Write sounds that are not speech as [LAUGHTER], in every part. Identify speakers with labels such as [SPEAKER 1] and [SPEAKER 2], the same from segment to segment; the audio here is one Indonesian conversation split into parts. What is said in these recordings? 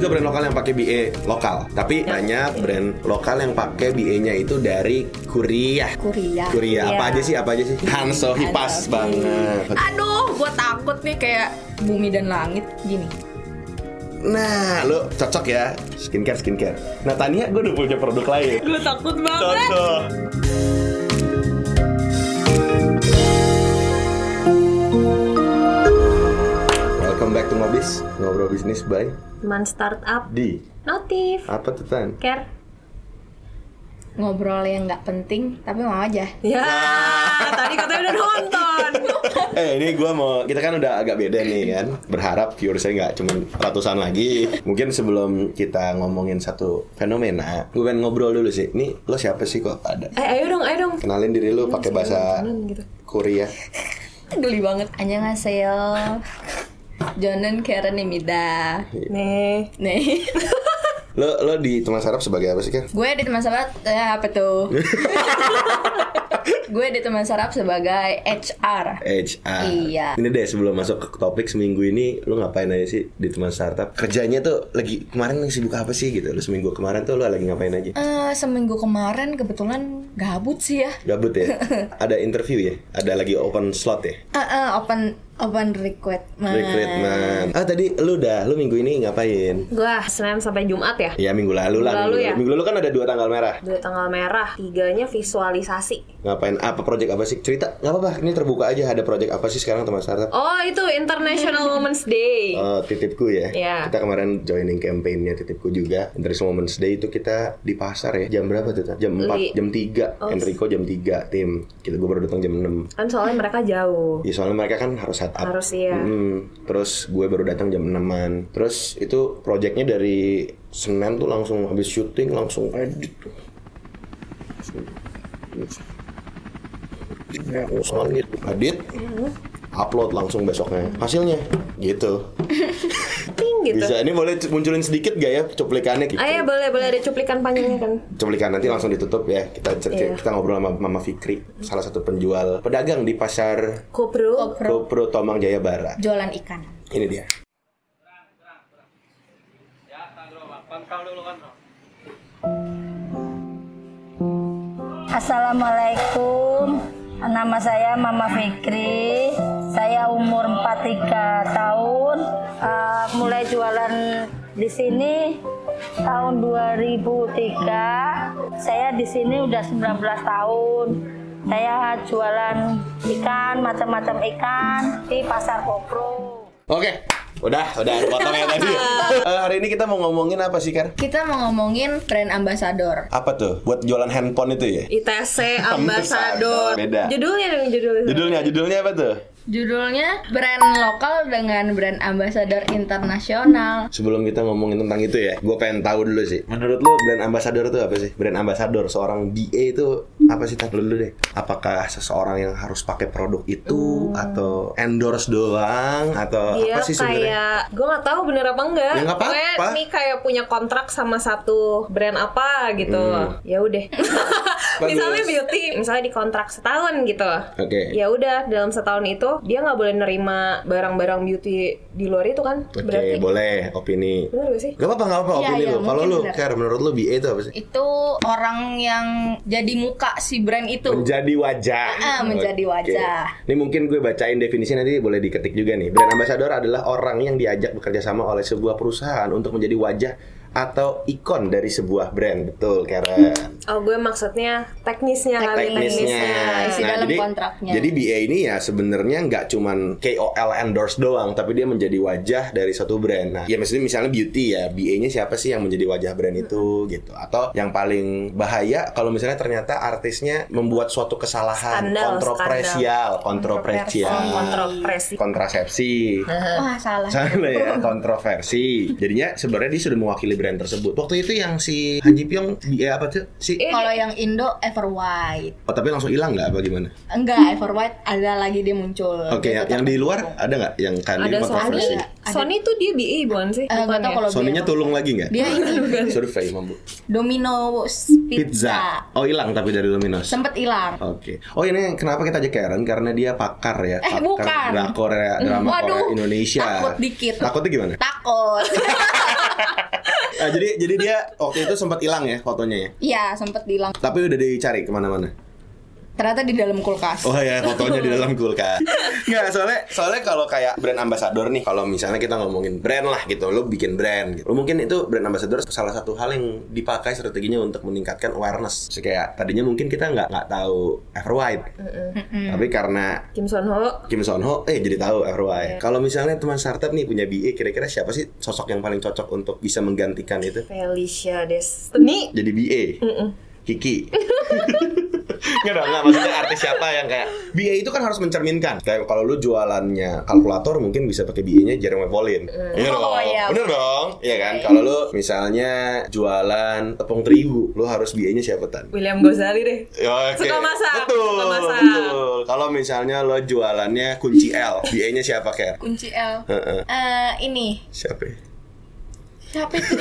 [SPEAKER 1] pakai BA lokal, tapi banyak brand lokal yang pakai BA-nya itu dari Korea.
[SPEAKER 2] Korea.
[SPEAKER 1] Korea. Apa
[SPEAKER 3] Iya.
[SPEAKER 1] aja sih? Apa aja sih? Hanso Hi, pas banget.
[SPEAKER 2] Aduh, gue takut nih kayak bumi dan langit gini.
[SPEAKER 1] Nah, lo cocok ya skincare skincare. Nah, Tania gue udah punya produk lain.
[SPEAKER 2] Gue takut
[SPEAKER 1] Cocok. Welcome back to Mobis, ngobrol bisnis by
[SPEAKER 3] Man startup
[SPEAKER 1] di
[SPEAKER 3] notif
[SPEAKER 1] apa tuh Tan?
[SPEAKER 3] care.
[SPEAKER 2] Ngobrol yang nggak penting, tapi mau aja.
[SPEAKER 3] Ya, tadi katanya udah nonton.
[SPEAKER 1] Eh ini gue mau kita kan udah agak beda nih kan berharap viewersnya nggak cuma ratusan lagi mungkin sebelum kita ngomongin satu fenomena gue pengen ngobrol dulu sih ini lo siapa sih kok ada
[SPEAKER 3] eh, ayo dong, ayo dong.
[SPEAKER 1] kenalin diri lo pakai bahasa
[SPEAKER 3] Kanan gitu.
[SPEAKER 1] Korea
[SPEAKER 2] Geli banget. Annyeonghaseyo. Jonan Karen Imida.
[SPEAKER 3] Iya. Nih.
[SPEAKER 2] Nih.
[SPEAKER 1] lo lo di teman Arab sebagai apa sih kan
[SPEAKER 2] Gue di teman sahabat eh, apa
[SPEAKER 1] [LAUGHS]
[SPEAKER 2] tuh? gue di teman sarap sebagai HR.
[SPEAKER 1] HR.
[SPEAKER 2] Iya.
[SPEAKER 1] Ini deh sebelum masuk ke topik seminggu ini lu ngapain aja sih di teman startup? Kerjanya tuh lagi kemarin lagi sibuk apa sih gitu? Lu seminggu kemarin tuh lu lagi ngapain aja?
[SPEAKER 2] Eh, seminggu kemarin kebetulan gabut sih ya.
[SPEAKER 1] Gabut ya? Ada interview ya? Ada lagi open slot ya?
[SPEAKER 2] Eh, eh, open open recruit.
[SPEAKER 3] Nah.
[SPEAKER 1] Recruitment. Ah tadi lu udah lu minggu ini ngapain?
[SPEAKER 3] Gua Senin sampai Jumat ya.
[SPEAKER 1] Ya minggu lalu lah.
[SPEAKER 3] Minggu lalu ya?
[SPEAKER 1] Minggu lalu kan ada dua tanggal merah.
[SPEAKER 3] Dua tanggal merah, tiganya visualisasi.
[SPEAKER 1] Ngapain? Apa project apa sih? Cerita nggak apa-apa. Ini terbuka aja. Ada project apa sih sekarang teman startup?
[SPEAKER 3] Oh, itu International Women's Day.
[SPEAKER 1] Eh, titipku ya.
[SPEAKER 3] Iya.
[SPEAKER 1] Kita kemarin joining campaign-nya titipku juga. International Women's Day itu kita di pasar ya. Jam berapa tuh? Tan? Jam 4,
[SPEAKER 3] Li-
[SPEAKER 1] jam 3.
[SPEAKER 3] Oh.
[SPEAKER 1] Enrico jam 3 tim. Kita gue baru datang jam 6.
[SPEAKER 3] Kan soalnya mereka jauh.
[SPEAKER 1] Ya soalnya mereka kan harus head up.
[SPEAKER 3] Harus, iya.
[SPEAKER 1] Mm, terus gue baru datang jam 6-an. Terus itu projectnya dari Senin tuh langsung habis syuting langsung edit tuh. Langsung gitu. Edit. Upload langsung besoknya. Hasilnya gitu.
[SPEAKER 3] Ting gitu.
[SPEAKER 1] Bisa, ini boleh c- munculin sedikit gak ya cuplikannya? Gitu.
[SPEAKER 3] Ayo Ah, iya, boleh boleh ada cuplikan panjangnya kan.
[SPEAKER 1] Cuplikan nanti langsung ditutup ya. Kita cer-
[SPEAKER 3] Iya.
[SPEAKER 1] kita ngobrol sama Mama Fikri, salah satu penjual pedagang di pasar
[SPEAKER 3] Kopro.
[SPEAKER 2] Kopro.
[SPEAKER 1] GoPro Tomang Jaya Barat.
[SPEAKER 2] Jualan ikan.
[SPEAKER 1] Ini dia.
[SPEAKER 4] Assalamualaikum, nama saya Mama Fikri. Saya umur 43 tahun, Eh, mulai jualan di sini tahun 2003. Saya di sini udah 19 tahun. Saya jualan ikan, macam-macam ikan di pasar Kopro.
[SPEAKER 1] Oke, udah, udah potong yang
[SPEAKER 2] [LAUGHS]
[SPEAKER 1] tadi. Eh, hari ini kita mau ngomongin apa sih, Kar?
[SPEAKER 2] Kita mau ngomongin brand ambassador.
[SPEAKER 1] Apa tuh? Buat jualan handphone itu ya?
[SPEAKER 3] ITC
[SPEAKER 1] Ambassador.
[SPEAKER 3] Ambassador.
[SPEAKER 1] Beda.
[SPEAKER 3] Judulnya dong judulnya.
[SPEAKER 1] Judulnya, judulnya apa tuh?
[SPEAKER 2] Judulnya brand lokal dengan brand ambassador internasional.
[SPEAKER 1] Sebelum kita ngomongin tentang itu ya, gue pengen tahu dulu sih. Menurut lu brand ambassador itu apa sih? Brand ambassador seorang BA itu apa sih? Tanya dulu deh. Apakah seseorang yang harus pakai produk itu atau endorse doang atau apa
[SPEAKER 3] Dia
[SPEAKER 1] sih sebenarnya?
[SPEAKER 3] Iya, kayak gue nggak tahu bener apa enggak.
[SPEAKER 1] Ya, nggak apa-apa.
[SPEAKER 3] Pokoknya ini kayak punya kontrak sama satu brand apa gitu.
[SPEAKER 1] Hmm.
[SPEAKER 3] Ya
[SPEAKER 1] [LAUGHS]
[SPEAKER 3] udah. misalnya beauty, misalnya dikontrak setahun gitu.
[SPEAKER 1] Oke.
[SPEAKER 3] Ya udah dalam setahun itu dia nggak boleh nerima barang-barang beauty di luar itu kan.
[SPEAKER 1] Oke,
[SPEAKER 3] Berarti
[SPEAKER 1] boleh opini.
[SPEAKER 3] bener gak sih?
[SPEAKER 1] Gak apa-apa, gak apa-apa
[SPEAKER 2] Iya,
[SPEAKER 1] opini
[SPEAKER 2] iya,
[SPEAKER 1] lu. Kalau
[SPEAKER 2] mungkin
[SPEAKER 1] lu,
[SPEAKER 2] benar.
[SPEAKER 1] Ker, menurut lu BA itu apa sih?
[SPEAKER 2] Itu orang yang jadi muka si brand itu.
[SPEAKER 1] Menjadi wajah.
[SPEAKER 2] Gitu. Ah, menjadi
[SPEAKER 1] Oke.
[SPEAKER 2] wajah.
[SPEAKER 1] Ini mungkin gue bacain definisi nanti boleh diketik juga nih. Brand ambassador adalah orang yang diajak bekerja sama oleh sebuah perusahaan untuk menjadi wajah atau ikon dari sebuah brand. Betul, Karen.
[SPEAKER 3] Oh gue maksudnya teknisnya kali.
[SPEAKER 1] Teknisnya.
[SPEAKER 2] isi dalam
[SPEAKER 1] Nah,
[SPEAKER 2] kontraknya.
[SPEAKER 1] Jadi BA ini ya sebenarnya nggak cuman KOL endorse doang, tapi dia menjadi wajah dari satu brand. Nah, ya maksudnya misalnya beauty ya, BA-nya siapa sih yang menjadi wajah brand itu gitu. Atau yang paling bahaya kalau misalnya ternyata artisnya membuat suatu kesalahan
[SPEAKER 3] Skandal,
[SPEAKER 1] kontroversial, kontroversial,
[SPEAKER 3] Kontroversi.
[SPEAKER 1] kontrasepsi.
[SPEAKER 2] Wah, salah.
[SPEAKER 1] Salah ya, kontroversi. Jadinya sebenarnya dia sudah mewakili brand tersebut. Waktu itu yang si Han Ji Pyong, BA apa tuh? Si
[SPEAKER 2] Kalau yang Indo Everwhite.
[SPEAKER 1] Oh, tapi langsung hilang nggak apa gimana?
[SPEAKER 2] Enggak, Everwhite ada lagi dia Eh, muncul.
[SPEAKER 1] Oke, yang, yang di luar ada nggak yang kan
[SPEAKER 3] Ada Sony.
[SPEAKER 1] kontroversi?
[SPEAKER 3] Sony tuh dia BA bukan sih?
[SPEAKER 2] Eh, nggak
[SPEAKER 3] Bukan
[SPEAKER 2] tahu
[SPEAKER 3] ya?
[SPEAKER 2] kalau
[SPEAKER 1] Soninya
[SPEAKER 2] dia-
[SPEAKER 1] tulung lagi nggak?
[SPEAKER 2] dia ini
[SPEAKER 1] Survei mampu.
[SPEAKER 2] Domino's
[SPEAKER 1] Pizza.
[SPEAKER 2] Pizza.
[SPEAKER 1] Oh hilang tapi dari Domino's. Oke.
[SPEAKER 2] Sempet hilang.
[SPEAKER 1] Oh ini kenapa kita ajak Karen? Karena dia pakar ya.
[SPEAKER 2] Eh,
[SPEAKER 1] pakar
[SPEAKER 2] bukan.
[SPEAKER 1] Drakor ya, drama
[SPEAKER 2] Waduh,
[SPEAKER 1] Korea Indonesia.
[SPEAKER 2] takut [LAUGHS] dikit.
[SPEAKER 1] Takutnya gimana?
[SPEAKER 2] Takut.
[SPEAKER 1] Nah, jadi jadi dia waktu itu sempat hilang ya fotonya ya.
[SPEAKER 2] Iya, sempet hilang.
[SPEAKER 1] Tapi udah dicari kemana-mana.
[SPEAKER 2] Ternyata di dalam kulkas.
[SPEAKER 1] Oh ya fotonya di dalam kulkas. Nggak soalnya soalnya kalau kayak brand ambassador nih kalau misalnya kita ngomongin brand lah gitu, lo bikin brand. Gitu. Lo mungkin itu brand ambassador salah satu hal yang dipakai strateginya untuk meningkatkan awareness. Terus kayak tadinya mungkin kita nggak nggak tahu Everwhite, tapi karena
[SPEAKER 3] Kim Son Ho
[SPEAKER 1] Kim Son Ho, eh jadi tahu Everwhite. Kalau misalnya teman startup nih punya BI, kira-kira siapa sih sosok yang paling cocok untuk bisa menggantikan itu?
[SPEAKER 3] Felicia Destiny
[SPEAKER 1] Jadi BA, Kiki. [LAUGHS] Enggak dong, nggak. maksudnya artis siapa yang kayak BA itu kan harus mencerminkan. Kayak kalau lu jualannya kalkulator mungkin bisa pakai BA-nya Jerome Pauline.
[SPEAKER 3] Mm.
[SPEAKER 1] Iya
[SPEAKER 2] Oh,
[SPEAKER 1] dong.
[SPEAKER 2] iya.
[SPEAKER 1] Bener dong. Iya kan? Kalau lu misalnya jualan tepung terigu, lu harus BA-nya siapa tan?
[SPEAKER 3] William Gozali deh
[SPEAKER 1] Ya, oke.
[SPEAKER 3] Suka masak,
[SPEAKER 1] Betul.
[SPEAKER 3] suka masak.
[SPEAKER 1] Betul. Kalau misalnya lo jualannya kunci L, BA-nya siapa, Ker?
[SPEAKER 2] Kunci L.
[SPEAKER 1] Heeh.
[SPEAKER 2] Eh, ini
[SPEAKER 1] Siapa? ya?
[SPEAKER 2] siapa
[SPEAKER 1] [LAUGHS]
[SPEAKER 2] itu?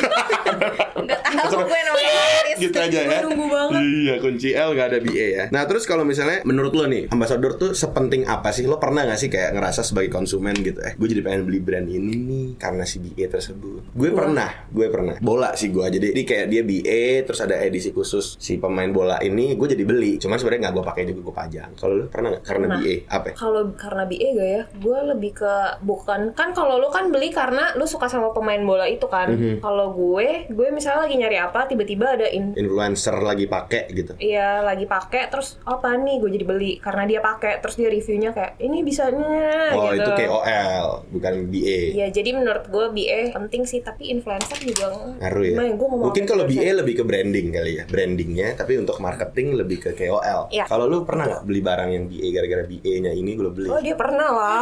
[SPEAKER 2] Gak tahu gue namanya artis.
[SPEAKER 1] gitu aja ya.
[SPEAKER 3] Nunggu banget.
[SPEAKER 1] Iya, kunci L gak ada BA ya. Nah, terus kalau misalnya menurut lo nih, ambassador tuh sepenting apa sih? Lo pernah gak sih kayak ngerasa sebagai konsumen gitu, eh gue jadi pengen beli brand ini nih karena si BA tersebut. Gue pernah, gue pernah. Bola sih gue. Jadi, jadi kayak dia BA terus ada edisi khusus si pemain bola ini, gue jadi beli. Cuman sebenarnya gak gue pakai juga gue pajang. Kalau lo pernah gak karena
[SPEAKER 3] Pernah.
[SPEAKER 1] BA apa? ya?
[SPEAKER 3] kalau karena BA gak ya gue lebih ke bukan kan kalau lu kan beli karena lu suka sama pemain bola itu kan
[SPEAKER 1] Mhm.
[SPEAKER 3] kalau gue gue misalnya lagi nyari apa tiba-tiba ada in
[SPEAKER 1] Influencer lagi pakai gitu.
[SPEAKER 3] Iya lagi pakai terus oh, apa nih gue jadi beli karena dia pakai terus dia reviewnya kayak ini bisa nah,
[SPEAKER 1] Oh,
[SPEAKER 3] gitu.
[SPEAKER 1] itu KOL, bukan E. BA.
[SPEAKER 3] Iya jadi menurut gue BA penting sih tapi influencer juga
[SPEAKER 1] Ngaruh ya.
[SPEAKER 3] Nah, gua ngomong
[SPEAKER 1] Mungkin
[SPEAKER 3] apa
[SPEAKER 1] kalau E
[SPEAKER 3] influencer?
[SPEAKER 1] BA lebih ke branding kali ya, brandingnya. Tapi untuk marketing lebih ke KOL.
[SPEAKER 3] Iya.
[SPEAKER 1] Kalau lu pernah nggak beli barang yang BA gara-gara BA-nya ini gue beli?
[SPEAKER 3] Oh dia pernah lah.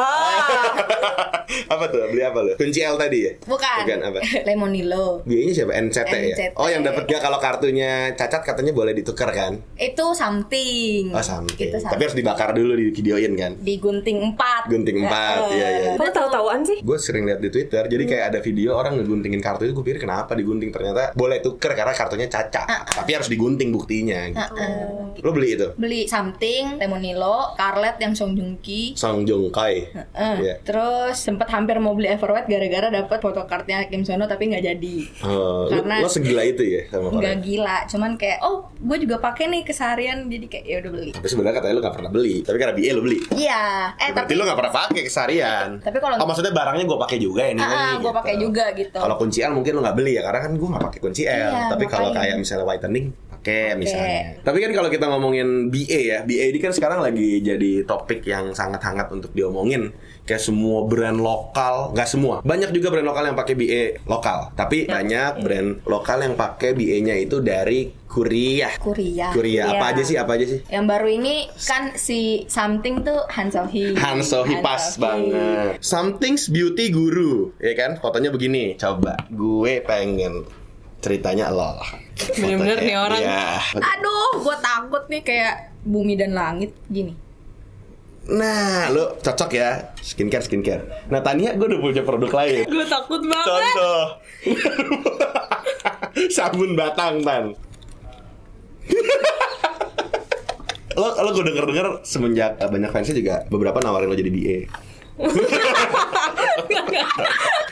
[SPEAKER 1] [LAUGHS] apa tuh? Beli apa lu? Kunci L tadi ya?
[SPEAKER 2] Bukan.
[SPEAKER 1] Bukan apa?
[SPEAKER 2] [LAUGHS] Lemonilo.
[SPEAKER 1] BA-nya siapa? NCT, ya?
[SPEAKER 2] NCT.
[SPEAKER 1] Oh yang dapat gak kalau kartunya cacat katanya boleh ditukar kan?
[SPEAKER 3] Hmm,
[SPEAKER 2] Itu something.
[SPEAKER 1] Oh something.
[SPEAKER 3] gitu,
[SPEAKER 2] Itu
[SPEAKER 1] Tapi harus dibakar dulu di videoin kan?
[SPEAKER 2] digunting empat.
[SPEAKER 1] Gunting empat,
[SPEAKER 3] Oh.
[SPEAKER 1] iya iya.
[SPEAKER 3] Kok tahu-tahuan sih?
[SPEAKER 1] Gue sering lihat di Twitter, jadi
[SPEAKER 3] Hmm.
[SPEAKER 1] kayak ada video orang ngeguntingin kartu itu, gue pikir kenapa digunting ternyata boleh tuker karena kartunya cacat,
[SPEAKER 3] Ah.
[SPEAKER 1] tapi harus digunting buktinya. Gitu.
[SPEAKER 2] Heeh.
[SPEAKER 1] Lo beli itu?
[SPEAKER 2] beli something lemonilo Scarlett yang Song Joong Ki
[SPEAKER 1] Song Joong Kai.
[SPEAKER 2] Eh,
[SPEAKER 1] Iya.
[SPEAKER 2] terus sempet hampir mau beli Everwet gara-gara dapet fotokartnya Kim Sono tapi nggak jadi
[SPEAKER 1] Oh, lu-
[SPEAKER 2] Karena-
[SPEAKER 1] lo, segila itu ya sama
[SPEAKER 2] nggak
[SPEAKER 1] orang.
[SPEAKER 2] gila cuman kayak oh gue juga pakai nih keseharian jadi kayak ya udah beli
[SPEAKER 1] Tapi sebenarnya katanya lo gak pernah beli, tapi karena BA lo beli.
[SPEAKER 2] iya
[SPEAKER 1] Ya,
[SPEAKER 2] eh
[SPEAKER 1] berarti
[SPEAKER 2] tapi
[SPEAKER 1] lo gak pernah pakai keseharian.
[SPEAKER 2] Tapi kalau-
[SPEAKER 1] oh, maksudnya barangnya gue pakai juga ya, ini.
[SPEAKER 2] ah gue pakai juga gitu
[SPEAKER 1] Kalau kunci L mungkin lo gak beli ya, karena kan gue gak pakai kunci L.
[SPEAKER 2] Iya,
[SPEAKER 1] tapi kalau
[SPEAKER 2] makanya.
[SPEAKER 1] kayak misalnya whitening pakai misalnya. Tapi kan kalau kita ngomongin BA ya, BA ini kan sekarang lagi jadi topik yang sangat hangat untuk diomongin. Kayak semua brand lokal, nggak semua. Banyak juga brand lokal yang pakai BA lokal, tapi
[SPEAKER 2] Ya.
[SPEAKER 1] banyak brand lokal yang pakai BA-nya itu dari Korea.
[SPEAKER 2] Korea
[SPEAKER 1] Korea. Apa
[SPEAKER 3] Iya.
[SPEAKER 1] aja sih? Apa aja sih?
[SPEAKER 2] yang baru ini kan si something tuh Han So Hee
[SPEAKER 1] Han So Hee
[SPEAKER 2] Han
[SPEAKER 1] pas
[SPEAKER 2] So Hee.
[SPEAKER 1] banget. Something's beauty guru, ya kan? Fotonya begini. Coba gue pengen ceritanya lo.
[SPEAKER 3] Bener-bener nih orang.
[SPEAKER 1] Iya.
[SPEAKER 2] aduh gue takut nih kayak bumi dan langit gini
[SPEAKER 1] Nah, lo cocok ya skincare skincare. Nah, Tania gue udah punya produk
[SPEAKER 3] [LAUGHS]
[SPEAKER 1] lain.
[SPEAKER 3] Gue takut banget.
[SPEAKER 1] Contoh. [LAUGHS] Sabun batang, Tan. [LAUGHS] lo lo gue denger denger semenjak eh, banyak fansnya juga beberapa nawarin lo jadi BA.
[SPEAKER 3] [LAUGHS]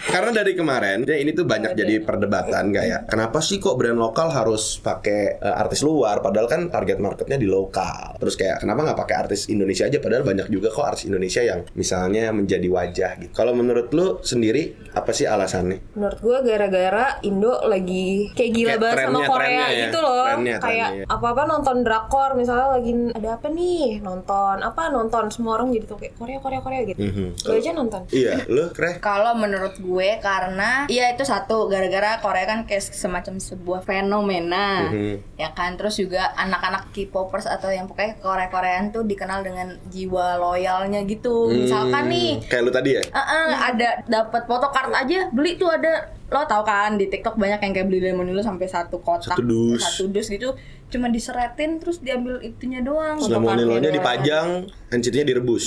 [SPEAKER 1] Karena dari kemarin ya ini tuh banyak
[SPEAKER 2] Iya,
[SPEAKER 1] jadi perdebatan kayak kenapa sih kok brand lokal harus pakai eh, artis luar padahal kan target marketnya di lokal. Terus kayak kenapa nggak pakai artis Indonesia aja padahal banyak juga kok artis Indonesia yang misalnya menjadi wajah gitu. Kalau menurut lu sendiri apa sih alasannya?
[SPEAKER 3] Menurut gue gara-gara Indo lagi kayak gila
[SPEAKER 1] Kayak
[SPEAKER 3] banget sama
[SPEAKER 1] trennya,
[SPEAKER 3] Korea
[SPEAKER 1] trennya ya.
[SPEAKER 3] gitu loh.
[SPEAKER 1] Trennya,
[SPEAKER 3] kayak
[SPEAKER 1] trennya.
[SPEAKER 3] apa-apa nonton drakor misalnya lagi ada apa nih nonton apa nonton semua orang jadi tuh kayak Korea Korea Korea gitu.
[SPEAKER 1] Mhm.
[SPEAKER 3] Lo aja nonton.
[SPEAKER 1] Iya, lu kre
[SPEAKER 2] Kalau menurut gue karena ya itu satu gara-gara Korea kan kayak semacam sebuah fenomena
[SPEAKER 1] Mm-hmm.
[SPEAKER 2] ya kan terus juga anak-anak K-popers atau yang pokoknya Korea-Koreaan tuh dikenal dengan jiwa loyalnya gitu. Misalkan nih
[SPEAKER 1] kayak lu tadi ya?
[SPEAKER 2] eh, eh, ada dapat fotokart aja beli tuh ada lo tau kan di TikTok banyak yang kayak beli lemonilo sampai satu kotak
[SPEAKER 1] Satu dus.
[SPEAKER 2] satu dus gitu cuma diseretin terus diambil itunya doang.
[SPEAKER 1] Lemonilo-nya
[SPEAKER 2] fotokartnya doang. [LAUGHS]
[SPEAKER 1] dipajang,
[SPEAKER 2] ya.
[SPEAKER 1] NCT-nya direbus.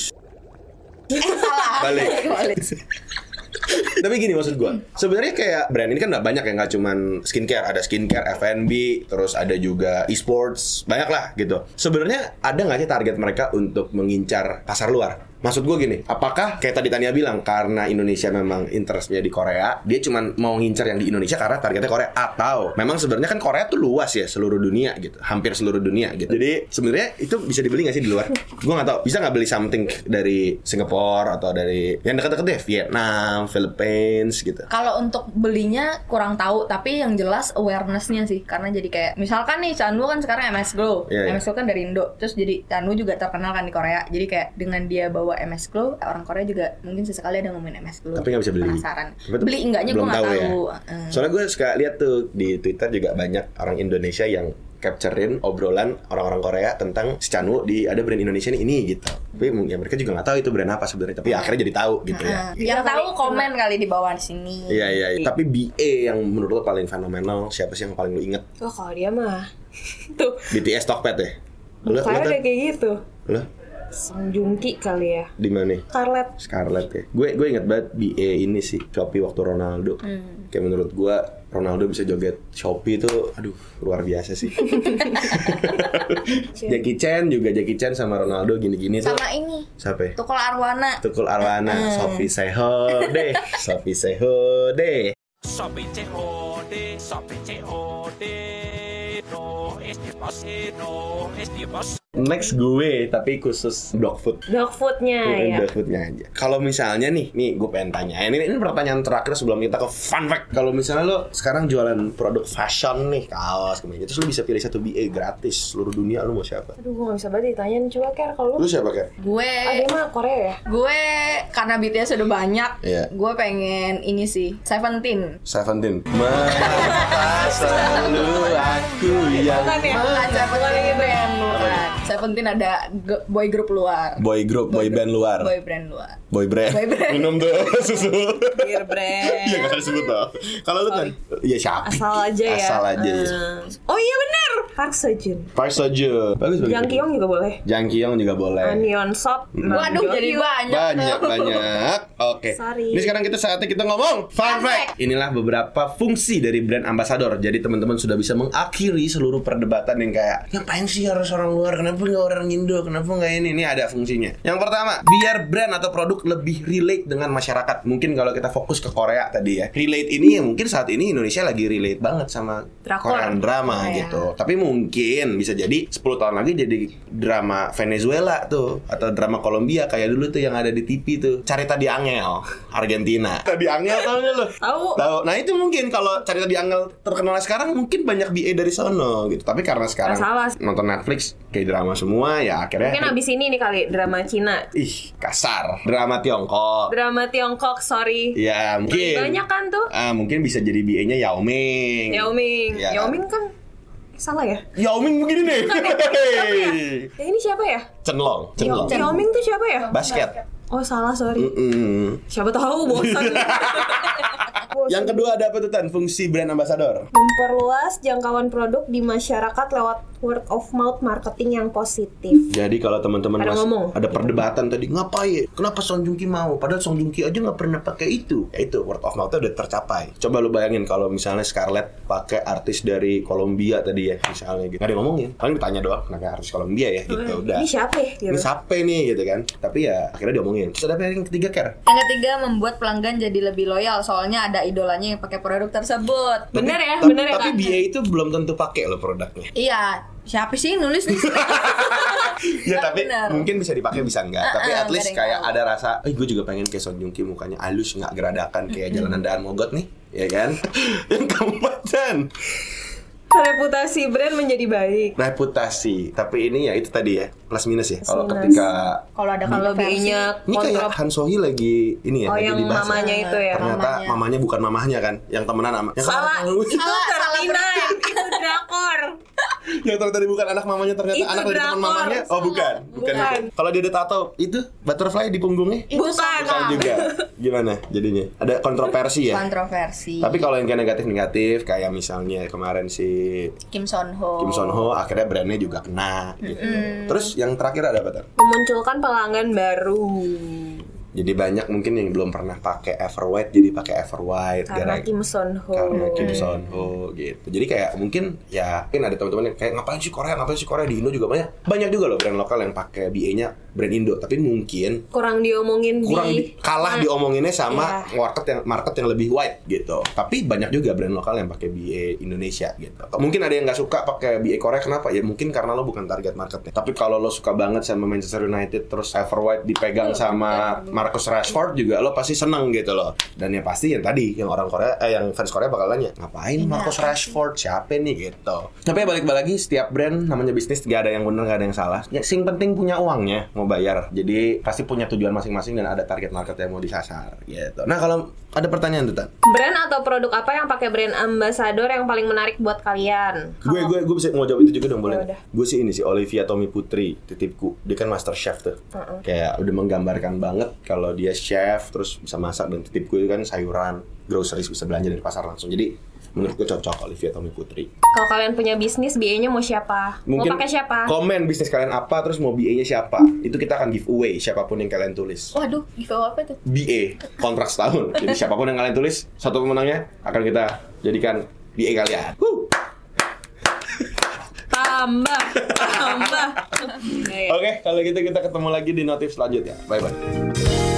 [SPEAKER 2] Eh, salah.
[SPEAKER 1] Balik.
[SPEAKER 2] [LAUGHS] Balik.
[SPEAKER 1] Tapi gini maksud gue, sebenarnya kayak brand ini kan nggak banyak ya nggak cuman skincare, ada skincare, F&B, terus ada juga e-sports, banyak lah gitu. Sebenarnya ada nggak sih target mereka untuk mengincar pasar luar? Maksud gue gini, apakah kayak tadi Tania bilang karena Indonesia memang interestnya di Korea, dia cuman mau ngincer yang di Indonesia karena targetnya Korea atau memang sebenarnya kan Korea tuh luas ya seluruh dunia gitu, hampir seluruh dunia gitu. Jadi sebenarnya itu bisa dibeli nggak sih di luar? gue nggak tahu, bisa nggak beli something dari Singapura atau dari yang dekat-dekat deh, Vietnam, Philippines gitu.
[SPEAKER 2] Kalau untuk belinya kurang tahu, tapi yang jelas awarenessnya sih, karena jadi kayak misalkan nih Chanwoo kan sekarang MS Glow,
[SPEAKER 1] Iya, iya.
[SPEAKER 2] MS Glow kan dari Indo, terus jadi Chanwoo juga terkenal kan di Korea, jadi kayak dengan dia bawa MS Glow, orang Korea juga mungkin sesekali ada ngomongin MS Glow.
[SPEAKER 1] Tapi nggak bisa beli.
[SPEAKER 2] Penasaran.
[SPEAKER 1] Tapi tuh
[SPEAKER 2] Beli enggaknya gue
[SPEAKER 1] belum
[SPEAKER 2] nggak
[SPEAKER 1] tahu
[SPEAKER 2] tahu.
[SPEAKER 1] ya.
[SPEAKER 2] Eh,
[SPEAKER 1] Soalnya gue suka lihat tuh di Twitter juga banyak orang Indonesia yang capturein obrolan orang-orang Korea tentang si Chanwoo di ada brand Indonesia nih ini gitu. Tapi mungkin mereka juga nggak tahu itu brand apa sebenarnya. Tapi ya akhirnya jadi tahu gitu ya.
[SPEAKER 3] Iya,
[SPEAKER 2] eh, Yang tahu komen kali di bawah sini.
[SPEAKER 1] Iya iya. iya. Tapi BA yang menurut lo paling fenomenal siapa sih yang paling lo inget?
[SPEAKER 3] Wah kalau dia mah [LAUGHS] tuh
[SPEAKER 1] BTS Tokped ya. Lo lo
[SPEAKER 3] mukanya
[SPEAKER 1] tuh-
[SPEAKER 3] udah kayak gitu.
[SPEAKER 1] lo
[SPEAKER 3] Song Joong Ki kali ya.
[SPEAKER 1] di mana?
[SPEAKER 3] Scarlett
[SPEAKER 1] Scarlett ya. Gue gue inget banget BA ini sih Shopee waktu Ronaldo. Kayak menurut gue Ronaldo bisa joget Shopee itu aduh luar biasa sih. Jackie Chan juga Jackie Chan sama Ronaldo gini-gini tuh.
[SPEAKER 2] Sama ini.
[SPEAKER 1] Siapa? ya?
[SPEAKER 2] Tukul Arwana.
[SPEAKER 1] Tukul Arwana, Sophie Sehode, Sophie Sehode.
[SPEAKER 5] Sopi COD, sopi COD, no estimas, eh, no estimas.
[SPEAKER 1] Next gue tapi khusus dog food.
[SPEAKER 3] dog foodnya ya.
[SPEAKER 1] Udah foodnya Iya, aja. Kalau misalnya nih, nih gue pengen tanya. Ini, ini pertanyaan terakhir sebelum kita ke fun fact. Kalau misalnya lo sekarang jualan produk fashion nih, kaos kemeja, terus lo bisa pilih satu BA gratis seluruh dunia lo mau siapa?
[SPEAKER 3] Aduh gue gak bisa banget ditanyain coba Ker kalau
[SPEAKER 1] Lo
[SPEAKER 3] lu
[SPEAKER 1] siapa kan?
[SPEAKER 2] Gue
[SPEAKER 3] Ah dia mah Korea ya?
[SPEAKER 2] gue karena BTS udah banyak,
[SPEAKER 1] Iya.
[SPEAKER 2] gue pengen ini sih Seventeen.
[SPEAKER 1] Seventeen. Mengapa selalu aku yang
[SPEAKER 3] Bukan ya?
[SPEAKER 2] Bukan
[SPEAKER 3] Bukan
[SPEAKER 2] Seventeen
[SPEAKER 3] yang itu ya?
[SPEAKER 2] band luar. Seventeen ada ge- boy group luar.
[SPEAKER 1] boy group, boy band luar,
[SPEAKER 2] Boy brand luar.
[SPEAKER 1] boy brand.
[SPEAKER 2] Boy brand.
[SPEAKER 1] Minum tuh [LAUGHS] susu.
[SPEAKER 3] Beer brand.
[SPEAKER 1] Iya gak disebut tau Kalau lu kan Iya siapa
[SPEAKER 3] Asal aja ya.
[SPEAKER 1] Asal aja ya.
[SPEAKER 3] Hmm. Oh iya benar. Park Sejun.
[SPEAKER 1] Park Seo-joon. Bagus bagus
[SPEAKER 3] Yang Kyung juga boleh.
[SPEAKER 1] Jang Kyung juga boleh
[SPEAKER 3] Anion Sop.
[SPEAKER 2] Waduh, jadi banyak.
[SPEAKER 1] banyak
[SPEAKER 2] tuh.
[SPEAKER 1] banyak oke
[SPEAKER 3] Sorry.
[SPEAKER 1] ini sekarang kita saatnya kita ngomong fun fact inilah beberapa fungsi dari brand ambassador jadi teman-teman sudah bisa mengakhiri seluruh perdebatan yang kayak ngapain sih harus orang luar kenapa nggak orang Indo kenapa nggak ini ini ada fungsinya yang pertama biar brand atau produk lebih relate dengan masyarakat mungkin kalau kita fokus ke Korea tadi ya relate ini ya mungkin saat ini Indonesia lagi relate banget sama
[SPEAKER 3] Drakor.
[SPEAKER 1] Korean drama
[SPEAKER 3] Iya.
[SPEAKER 1] gitu tapi mungkin bisa jadi 10 tahun lagi jadi drama Venezuela tuh atau drama Kolombia kayak dulu tuh yang ada di TV tuh Carita di Angel Argentina. Tadi Angel tau nggak lo?
[SPEAKER 3] Tahu.
[SPEAKER 1] Tahu. Nah itu mungkin kalau Carita di Angel terkenal sekarang mungkin banyak BA dari sono gitu. Tapi karena sekarang
[SPEAKER 3] Masalah.
[SPEAKER 1] nonton Netflix kayak drama semua ya akhirnya
[SPEAKER 3] Mungkin abis ini nih kali drama Cina.
[SPEAKER 1] ih kasar drama Tiongkok.
[SPEAKER 3] Drama Tiongkok, sorry.
[SPEAKER 1] Ya mungkin
[SPEAKER 3] Banyak kan tuh.
[SPEAKER 1] Ah, mungkin bisa jadi BA-nya Yao Ming.
[SPEAKER 3] Yao Ming.
[SPEAKER 1] Iya.
[SPEAKER 3] Yao Ming kan salah ya?
[SPEAKER 1] Yao Ming begini nih.
[SPEAKER 3] Ya ini siapa ya?
[SPEAKER 1] Cenlong, Cenlong.
[SPEAKER 3] Yao Ming tuh siapa ya?
[SPEAKER 1] Basket.
[SPEAKER 3] Oh salah sorry.
[SPEAKER 1] Mm. Mm-mm.
[SPEAKER 3] Siapa
[SPEAKER 1] [LAUGHS]
[SPEAKER 3] tahu bosan.
[SPEAKER 1] Yang kedua ada apa tuh Tan? Fungsi brand ambassador.
[SPEAKER 3] memperluas jangkauan produk di masyarakat lewat word of mouth marketing yang positif.
[SPEAKER 1] Jadi kalau teman-teman
[SPEAKER 3] Ada
[SPEAKER 1] masih-
[SPEAKER 3] ngomong.
[SPEAKER 1] ada perdebatan tadi ngapain? Kenapa Song Joong Ki mau? Padahal Song Joong Ki aja nggak pernah pakai itu. Ya itu word of mouth udah tercapai. Coba lu bayangin kalau misalnya Scarlett pakai artis dari Kolombia tadi ya misalnya gitu. Gak ada yang ngomongin. Paling ditanya doang kenapa artis Kolombia ya gitu udah.
[SPEAKER 3] Ini siapa ya? Gitu.
[SPEAKER 1] Ini siapa nih gitu kan? Tapi ya akhirnya diomongin. Terus ada apa yang ketiga Ker?
[SPEAKER 2] Yang ketiga membuat pelanggan jadi lebih loyal soalnya ada idolanya yang pakai produk tersebut.
[SPEAKER 3] Bener ya,
[SPEAKER 1] Tapi-
[SPEAKER 3] bener ya
[SPEAKER 1] Tapi
[SPEAKER 3] Kak.
[SPEAKER 1] BA itu belum tentu pakai loh produknya.
[SPEAKER 2] Iya, siapa sih nulis di sini?
[SPEAKER 1] [LAUGHS] ya
[SPEAKER 2] Nggak
[SPEAKER 1] tapi
[SPEAKER 2] benar.
[SPEAKER 1] mungkin bisa dipakai bisa enggak
[SPEAKER 2] Ah,
[SPEAKER 1] tapi
[SPEAKER 2] ah,
[SPEAKER 1] at least
[SPEAKER 2] nggak ada yang
[SPEAKER 1] kayak ada rasa eh gue juga pengen kayak Son Joong Ki mukanya halus nggak geradakan kayak jalanan daan mogot nih ya kan [LAUGHS] yang keempat dan
[SPEAKER 3] Reputasi brand menjadi baik.
[SPEAKER 1] reputasi tapi ini ya itu tadi ya plus minus ya kalau
[SPEAKER 3] minus.
[SPEAKER 1] ketika
[SPEAKER 2] Kalau ada
[SPEAKER 3] Ya, Kalau
[SPEAKER 2] kontroversi.
[SPEAKER 3] BI-nya
[SPEAKER 1] ini kayak
[SPEAKER 3] kontrol
[SPEAKER 1] Han Sohee lagi ini ya
[SPEAKER 3] Oh
[SPEAKER 1] lagi
[SPEAKER 3] yang
[SPEAKER 1] dibahas ya.
[SPEAKER 3] mamanya itu ya.
[SPEAKER 1] ternyata
[SPEAKER 2] mamanya.
[SPEAKER 1] mamanya. bukan mamahnya kan yang temenan sama yang
[SPEAKER 3] Salah.
[SPEAKER 1] ternyata-
[SPEAKER 3] Itu
[SPEAKER 2] Salah, salah
[SPEAKER 3] Karina, itu drakor.
[SPEAKER 1] yang ternyata tadi bukan anak mamanya ternyata
[SPEAKER 3] Itu
[SPEAKER 1] anak dari teman
[SPEAKER 3] drakor.
[SPEAKER 1] mamanya oh
[SPEAKER 3] Salah.
[SPEAKER 1] bukan bukan,
[SPEAKER 3] Bukan. Iya.
[SPEAKER 1] itu. kalau dia ada tato itu butterfly di punggungnya
[SPEAKER 2] Itu
[SPEAKER 3] Bukan.
[SPEAKER 2] sama.
[SPEAKER 1] Bukan juga. Gimana jadinya? Ada kontroversi ya?
[SPEAKER 2] Kontroversi.
[SPEAKER 1] Tapi kalau yang kayak negatif-negatif kayak misalnya kemarin si
[SPEAKER 2] Kim Son Ho.
[SPEAKER 1] Kim Son Ho
[SPEAKER 3] Oh.
[SPEAKER 1] akhirnya brandnya juga kena gitu. Terus yang terakhir ada apa Tan?
[SPEAKER 3] Memunculkan pelanggan baru.
[SPEAKER 1] Jadi banyak mungkin yang belum pernah pakai Everwhite jadi pakai Everwhite
[SPEAKER 3] Karena
[SPEAKER 1] gara-
[SPEAKER 3] Kim Son Ho.
[SPEAKER 1] karena Kim Son Ho gitu. Jadi kayak mungkin ya mungkin ada teman-teman yang kayak ngapain sih Korea, ngapain sih Korea di Indo juga banyak. Banyak juga loh brand lokal yang pakai BA-nya brand Indo tapi mungkin
[SPEAKER 3] kurang diomongin
[SPEAKER 1] kurang
[SPEAKER 3] di
[SPEAKER 1] di- kalah diomonginnya sama market yang market yang lebih wide gitu. Tapi banyak juga brand lokal yang pakai BA Indonesia gitu. Mungkin ada yang nggak suka pakai BA Korea kenapa? Ya mungkin karena lo bukan target marketnya. Tapi kalau lo suka banget sama Manchester United terus Everwhite dipegang sama Marcus Rashford juga lo pasti seneng gitu loh. Dan yang pasti yang tadi yang orang Korea eh, yang fans Korea bakal nanya ngapain Marcus Rashford siapa nih gitu. Tapi ya balik lagi setiap brand namanya bisnis gak ada yang benar gak ada yang salah. Ya, sing penting punya uangnya mau bayar. Jadi pasti punya tujuan masing-masing dan ada target market yang mau disasar gitu. Nah kalau ada pertanyaan tuh Tan.
[SPEAKER 3] brand atau produk apa yang pakai brand ambassador yang paling menarik buat kalian?
[SPEAKER 1] Gue gue gue bisa mau jawab itu juga dong
[SPEAKER 3] Ya udah.
[SPEAKER 1] boleh. Gue sih ini sih Olivia Tommy Putri titipku. Dia kan master chef tuh. Kayak udah menggambarkan banget kalau dia chef terus bisa masak dan titipku itu kan sayuran, groceries bisa belanja dari pasar langsung. Jadi menurut gue cocok Olivia Tommy Putri.
[SPEAKER 3] Kalau kalian punya bisnis, BA-nya mau siapa? mau pakai siapa?
[SPEAKER 1] Komen bisnis kalian apa terus mau BA-nya siapa. Itu kita akan giveaway siapapun yang kalian tulis.
[SPEAKER 2] Waduh, giveaway apa tuh?
[SPEAKER 1] BA kontrak setahun. Jadi siapapun yang kalian tulis satu pemenangnya akan kita jadikan BA kalian. Woo!
[SPEAKER 3] Tambah, tambah. [LAUGHS] Iya, Oke.
[SPEAKER 1] Oke, kalau gitu kita ketemu lagi di notif selanjutnya. Bye bye.